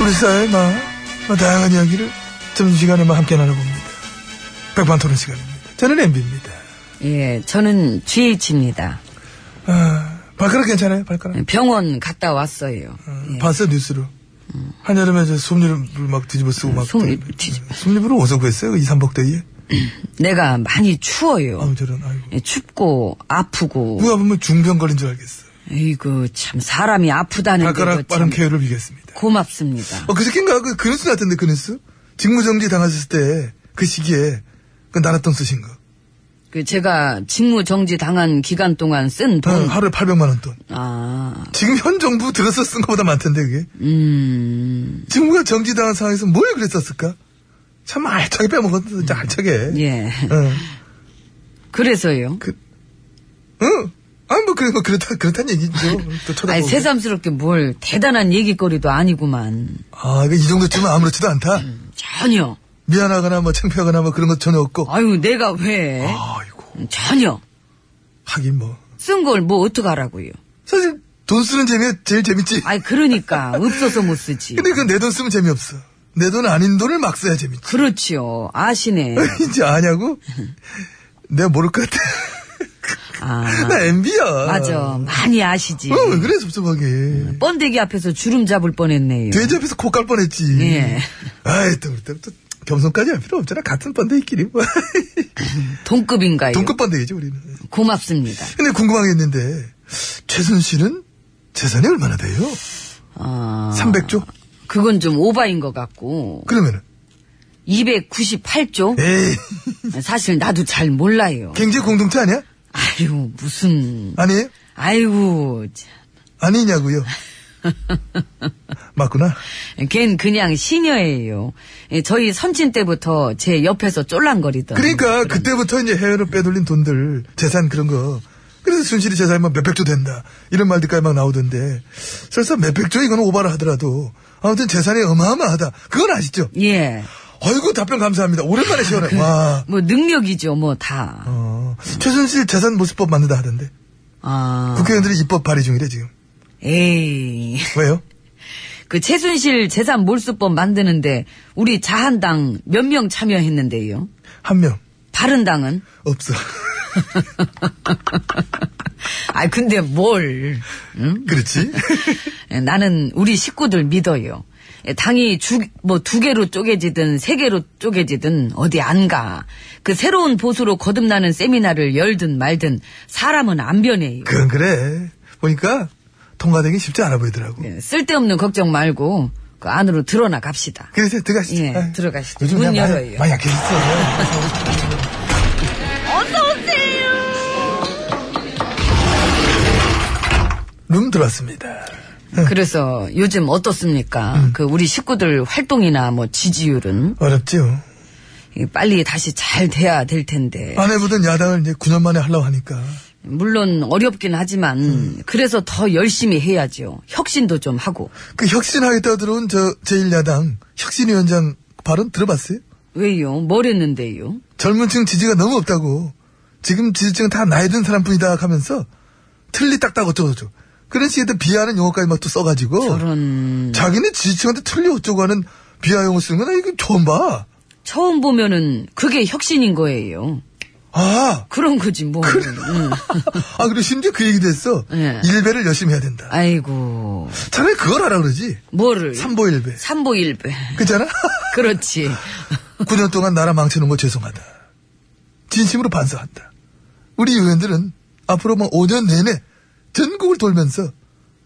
우리 사회의 마, 마 다양한 이야기를 점심시간에만 함께 나눠봅니다. 백반토론 시간입니다. 저는 MB입니다. 예, 저는 GH입니다. 아, 발가락 괜찮아요? 발가락? 병원 갔다 왔어요. 음, 예. 봤어 뉴스로. 한여름에 저 솜잎을 막 뒤집어 쓰고 막. 솜잎 뒤집어. 솜잎으로 어디서 구했어요? 이 삼복 대에? 내가 많이 추워요. 음. 아우 저런 아이고. 예, 춥고 아프고. 누가 보면 중병 걸린 줄 알겠어. 이거 참 사람이 아프다는 게 발가락 빠른 케어를 비겠습니다. 고맙습니다. 어, 그저께인가 그, 그 뉴스 났던데 그 뉴스? 직무정지 당하셨을 때 그 시기에 그 나랏돈 쓰신 거. 그 제가 직무 정지 당한 기간 동안 쓴 어, 돈. 하루에 800만 원 돈. 아, 지금 현 정부 들어서 쓴 거보다 많던데 그게. 음, 정부가 정지당한 상황에서 뭘 그랬었을까? 참 알차게 빼먹었다, 진짜 알차게. 어. 예. 응. 그래서요. 응. 아, 뭐, 그래, 뭐, 그렇다, 그렇단 얘기죠. 또 쳐다보고. 아니, 새삼스럽게 뭘 대단한 얘기거리도 아니구만. 아, 이거 이 정도쯤은 아무렇지도 않다. 음. 전혀. 미안하거나, 뭐, 창피하거나, 뭐, 그런 것 전혀 없고. 아유, 네? 내가 왜. 아이고. 전혀. 하긴 뭐. 쓴 걸 뭐 어떡하라고요. 사실, 돈 쓰는 재미가 제일 재밌지. 아니, 그러니까. 없어서 못 쓰지. 근데 그 내 돈 쓰면 재미없어. 내 돈 아닌 돈을 막 써야 재밌지. 그렇지요. 아시네. 이제 아냐고? 내가 모를 것 같아. 아, 나 MB야. 맞아. 음. 많이 아시지. 어, 왜 그래, 섭섭하게. 번데기 앞에서 주름 잡을 뻔했네요. 돼지 앞에서 코 깔 뻔했지. 예. 아이, 또, 또, 또, 겸손까지 할 필요 없잖아. 같은 번데기끼리. 뭐. 동급인가요? 동급 번데기지, 우리는. 고맙습니다. 근데 궁금한 게 있는데, 최순 씨는 재산이 얼마나 돼요? 아, 300조? 그건 좀 오바인 것 같고. 그러면은, 298조? 에이, 사실 나도 잘 몰라요. 경제 공동체 아니야? 아유, 무슨. 아니에요? 아이고. 참. 아니냐고요. 맞구나. 걘 그냥 시녀예요. 예, 저희 선친 때부터 제 옆에서 쫄랑거리던. 그러니까, 그때부터 이제 해외로 빼돌린 돈들, 재산 그런 거. 그래서 순실이 재산이 막 몇백조 된다. 이런 말들까지 막 나오던데, 설사 몇백조 이건 오바라 하더라도, 아무튼 재산이 어마어마하다. 그건 아시죠? 예. 아이고 답변 감사합니다. 오랜만에 시원해. 와. 뭐 능력이죠, 뭐 다. 어, 최순실 재산 모습법 만든다 하던데 아. 국회의원들이 입법 발의 중이래 지금. 에이. 왜요? 그 최순실 재산 몰수법 만드는데 우리 자한당 몇 명 참여했는데요. 한 명 바른당은? 없어. 아 근데 뭘? 응? 그렇지? 예, 나는 우리 식구들 믿어요. 예, 당이 주, 뭐 두 개로 쪼개지든 세 개로 쪼개지든 어디 안 가. 그 새로운 보수로 거듭나는 세미나를 열든 말든 사람은 안 변해요. 그건 그래. 보니까 통과되기 쉽지 않아 보이더라고. 예, 쓸데없는 걱정 말고 그 안으로 들어나 갑시다. 그래서 들어가시죠. 예, 아유, 들어가시죠. 요즘 문 그냥 많이, 열어요. 많이 약해졌어. 룸 들어왔습니다. 그래서 요즘 어떻습니까? 그 우리 식구들 활동이나 뭐 지지율은 어렵지요. 이 빨리 다시 잘 돼야 될 텐데. 안 해보던 야당을 이제 9년 만에 하려고 하니까. 물론 어렵긴 하지만 그래서 더 열심히 해야죠. 혁신도 좀 하고. 그 혁신하겠다 들어온 저 제1야당 혁신위원장 발언 들어봤어요? 왜요? 뭐랬는데요? 젊은 층 지지가 너무 없다고 지금 지지층은 다 나이 든 사람뿐이다 하면서 틀리 딱딱 어쩌고저쩌고 그런 식의 또 비하하는 용어까지 막 또 써가지고 저런 자기네 지지층한테 틀리 어쩌고 하는 비하 용어 쓰는 건 이거 처음 봐. 처음 보면은 그게 혁신인 거예요. 아, 그런 거지 뭐. 응. 아, 그리고 심지어 그 얘기도 했어. 예. 일배를 열심히 해야 된다. 아이고 차라리 그걸 하라 그러지. 뭐를 삼보일배. 삼보일배. 그잖아? 그렇지. 9년 동안 나라 망치는 거 죄송하다. 진심으로 반성한다. 우리 의원들은 앞으로 뭐 5년 내내 전국을 돌면서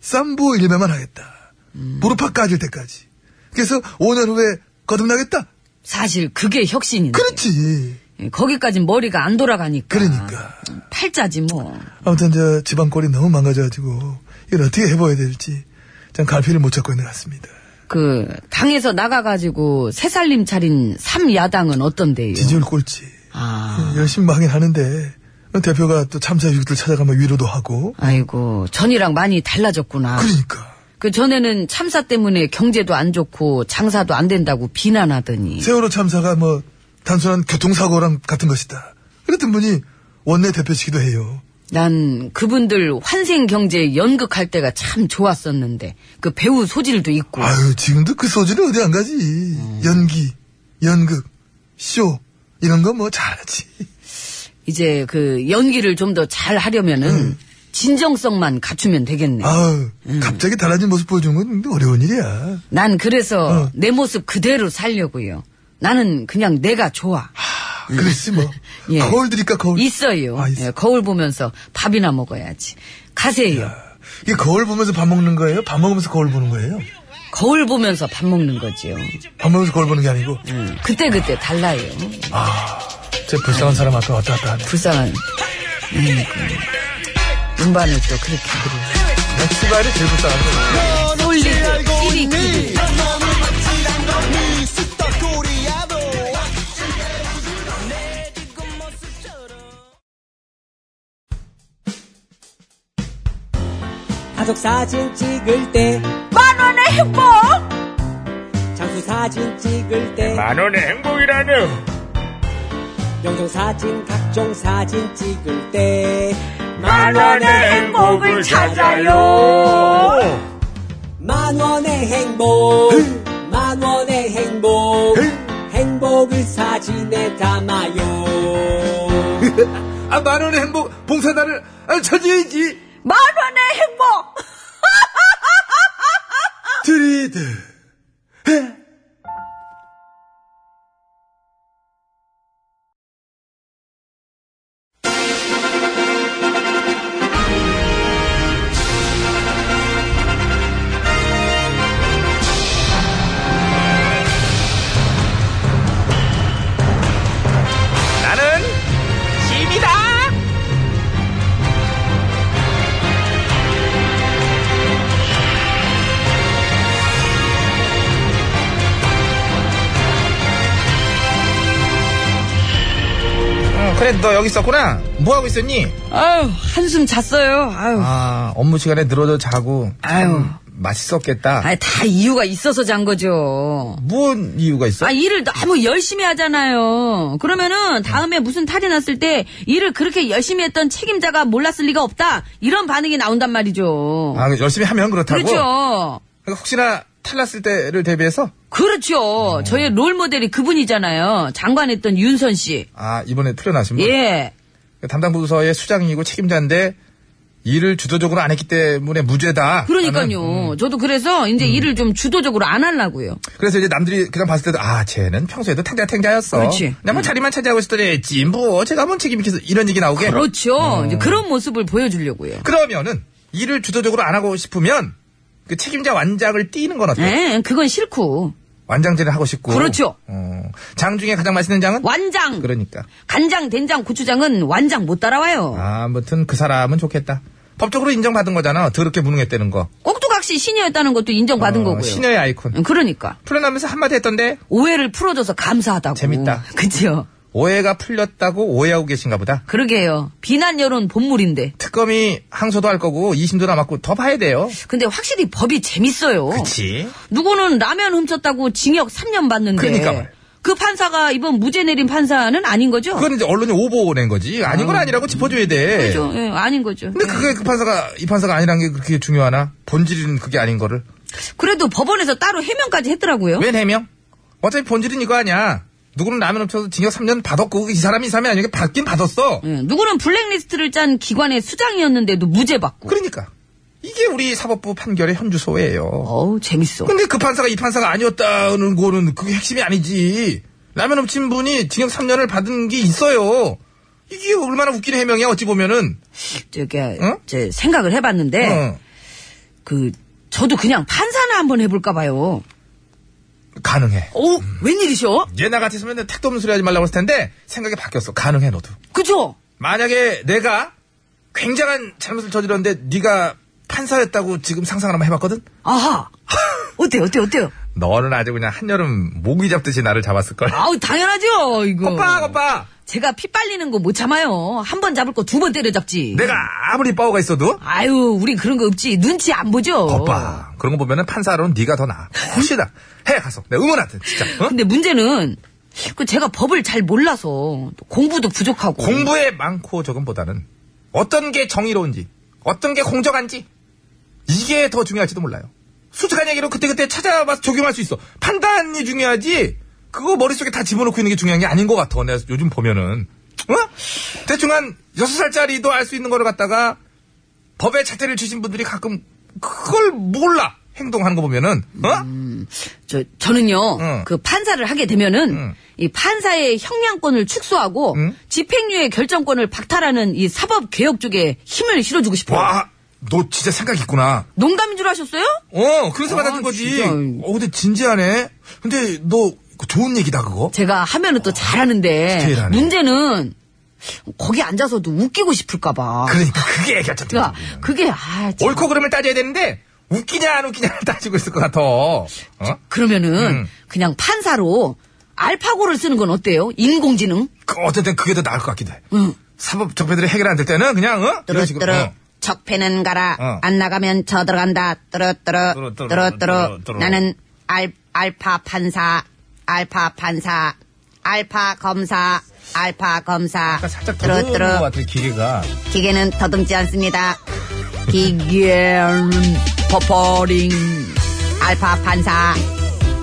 쌈부 일배만 하겠다. 무릎팍 까질 때까지. 그래서 5년 후에 거듭나겠다. 사실 그게 혁신인데. 예, 그렇지. 거기까지 머리가 안 돌아가니까. 그러니까. 팔자지 뭐. 아무튼 저 지방골이 너무 망가져가지고 이걸 어떻게 해봐야 될지 참 갈피를 못 찾고 있는 것 같습니다. 그 당에서 나가가지고 새살림 차린 삼 야당은 어떤데요? 지지율 꼴찌. 아. 열심히 막 하긴 하는데 대표가 또 참사유족들 찾아가면 위로도 하고 아이고 전이랑 많이 달라졌구나. 그러니까 그 전에는 참사 때문에 경제도 안 좋고 장사도 안 된다고 비난하더니 세월호 참사가 뭐 단순한 교통사고랑 같은 것이다. 그랬던 분이 원내 대표시기도 해요. 난 그분들 환생 경제 연극할 때가 참 좋았었는데 그 배우 소질도 있고 아유 지금도 그 소질이 어디 안 가지. 음. 연기, 연극, 쇼 이런 거 뭐 잘하지. 이제 그 연기를 좀 더 잘 하려면은 진정성만 갖추면 되겠네. 음. 아유 갑자기 달라진 모습 보여준 건뭐 어려운 일이야. 난 그래서 어. 내 모습 그대로 살려고요. 나는 그냥 내가 좋아. 그랬지 뭐. 예. 거울 드릴까 거울. 있어요. 아, 있어. 예, 거울 보면서 밥이나 먹어야지. 가세요. 이게 거울 보면서 밥 먹는 거예요? 밥 먹으면서 거울 보는 거예요? 거울 보면서 밥 먹는 거지요. 음. 밥 먹으면서 거울 보는 게 아니고 그때 그때 달라요. 제 불쌍한 사람 앞에 왔다 갔다 하네. 불쌍한 아이고. 음반을 또 네, 그렇게 그리고 시발이 제일 불쌍한 거. 솔리드 끼리 끼리 가족 사진 찍을 때 만원의 행복! 장수 사진 찍을 때 만원의 행복이라뇨. 영정 사진 각종 사진 찍을 때 만원의 행복을 찾아요. 만원의 행복 만원의 행복 행복을 사진에 담아요 아, 만원의 행복, 봉사단을 아, 찾아야지. 만원의 행복! 드리드. 나는 짐이다. 그래 너 여기 있었구나 뭐 하고 있었니? 아유 한숨 잤어요. 아유 아 업무 시간에 늘어져 자고 아유. 맛있었겠다 아다 이유가 있어서 잔 거죠. 뭔 이유가 있어? 아 일을 너무 열심히 하잖아요. 그러면은 다음에 무슨 탈이 났을 때 일을 그렇게 열심히 했던 책임자가 몰랐을 리가 없다 이런 반응이 나온단 말이죠. 아, 열심히 하면 그렇다고? 그렇죠. 그러니까 혹시나 탈났을 때를 대비해서 그렇죠. 저의 롤 모델이 그분이잖아요. 장관했던 윤선 씨. 아 이번에 풀려나신 분 예. 담당 부서의 수장이고 책임자인데 일을 주도적으로 안 했기 때문에 무죄다. 나는. 그러니까요. 저도 그래서 이제 음. 일을 좀 주도적으로 안 하려고요. 그래서 이제 남들이 그냥 봤을 때도 아 쟤는 평소에도 탱자탱자였어. 그렇지. 음. 그냥 뭐 자리만 차지하고 있었더니 찐부 제가 뭔 책임 있겠어 이런 얘기 나오게. 그렇죠. 어. 이제 그런 모습을 보여주려고요. 그러면은 일을 주도적으로 안 하고 싶으면 그 책임자 완장을 띄는 건 어때? 예, 그건 싫고. 완장질을 하고 싶고. 그렇죠. 어, 장 중에 가장 맛있는 장은? 완장. 그러니까. 간장, 된장, 고추장은 완장 못 따라와요. 아무튼 그 사람은 좋겠다. 법적으로 인정받은 거잖아. 더럽게 무능했다는 거. 꼭두각시 시녀였다는 것도 인정받은 어, 거고요. 신여의 아이콘. 응, 그러니까 풀어나면서 한마디 했던데 오해를 풀어줘서 감사하다고. 재밌다. 그죠? 오해가 풀렸다고 오해하고 계신가 보다. 그러게요. 비난 여론 본물인데. 특검이 항소도 할 거고 2심도 남았고 더 봐야 돼요. 근데 확실히 법이 재밌어요. 그치. 누구는 라면 훔쳤다고 징역 3년 받는데. 그러니까 말이야. 그 판사가 이번 무죄 내린 판사는 아닌 거죠? 그건 이제 언론이 오보 낸 거지. 아닌 건 아니라고 짚어줘야 돼. 그죠? 예, 아닌 거죠. 근데 그게 그 판사가 이 판사가 아니라는 게 그렇게 중요하나? 본질은 그게 아닌 거를. 그래도 법원에서 따로 해명까지 했더라고요. 웬 해명? 어차피 본질은 이거 아니야. 누구는 라면 업체에서 징역 3년 받았고 이 사람이 이 사람이 아니게 받긴 받았어. 예, 누구는 블랙리스트를 짠 기관의 수장이었는데도 무죄 받고. 그러니까 이게 우리 사법부 판결의 현주소예요. 어우 재밌어. 근데 그 판사가 이 판사가 아니었다는 거는 그게 핵심이 아니지. 라면 업친 분이 징역 3년을 받은 게 있어요. 이게 얼마나 웃기는 해명이야 어찌 보면은. 저게 응? 이제 생각을 해봤는데 어. 그 저도 그냥 판사나 한번 해볼까 봐요. 가능해. 어 웬일이셔? 얘나 같았으면 택도 없는 소리 하지 말라고 했을 텐데 생각이 바뀌었어. 가능해 너도. 그죠? 만약에 내가 굉장한 잘못을 저질렀는데 네가 판사였다고 지금 상상을 한번 해봤거든? 아하. 어때요, 어때요, 어때요? 너는 아주 그냥 한여름 모기 잡듯이 나를 잡았을걸. 아우 당연하죠 이거. 오빠, 오빠! 제가 피 빨리는 거 못 참아요. 한 번 잡을 거 두 번 때려잡지. 내가 아무리 파워가 있어도 아유, 우린 그런 거 없지. 눈치 안 보죠. 오빠 그런 거 보면은 판사로는 네가 더 나아. 훨씬 나아. 해 가서 내가 응원할게 진짜. 어? 근데 문제는 그 제가 법을 잘 몰라서 또 공부도 부족하고 공부에 많고 적음보다는 어떤 게 정의로운지 어떤 게 공정한지 이게 더 중요할지도 몰라요. 수직한 얘기로 그때그때 찾아봐서 적용할 수 있어. 판단이 중요하지 그거 머릿속에 다 집어넣고 있는 게 중요한 게 아닌 것 같아. 내가 요즘 보면은 어? 대충 한 6살짜리도 알 수 있는 거를 갖다가 법에 자태를 주신 분들이 가끔 그걸 몰라. 행동하는 거 보면은 어? 저 저는요 응. 그 판사를 하게 되면은 응. 이 판사의 형량권을 축소하고 응? 집행유예 결정권을 박탈하는 이 사법 개혁 쪽에 힘을 실어주고 싶어요. 와, 너 진짜 생각 있구나. 농담인 줄 아셨어요? 어, 그래서 아, 받았던 거지. 진짜. 어, 근데 진지하네. 근데 너 그거 좋은 얘기다 그거. 제가 하면은 또 잘하는데 디테일하네. 문제는 거기 앉아서도 웃기고 싶을까봐. 그러니까 그게 애가 참. 그러니까 그게 아 참. 옳고 그름을 따져야 되는데 웃기냐 안 웃기냐를 따지고 있을 것 같아. 어? 그러면은 음. 그냥 판사로 알파고를 쓰는 건 어때요? 인공지능? 그, 어쨌든 그게 더 나을 것 같기도 해. 응. 사법 적폐들이 해결 안 될 때는 그냥 어? 이런 식으로. 뚜루뚜루 어. 적폐는 가라 어. 안 나가면 저 들어간다 뚜루뚜루 뚜루뚜루, 뚜루뚜루 뚜루뚜루. 나는 알, 알파 판사 알파 판사 알파 검사 알파 검사 약간 살짝 더듬은 것 뚜루뚜루 같아 기계가. 기계는 더듬지 않습니다 기계는 퍼퍼링 알파 판사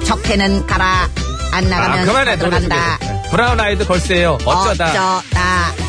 적폐는 가라 안 아, 나가면 그만해, 저 노래 들어간다 소개. 브라운 아이드 걸스예요 어쩌다. 어쩌다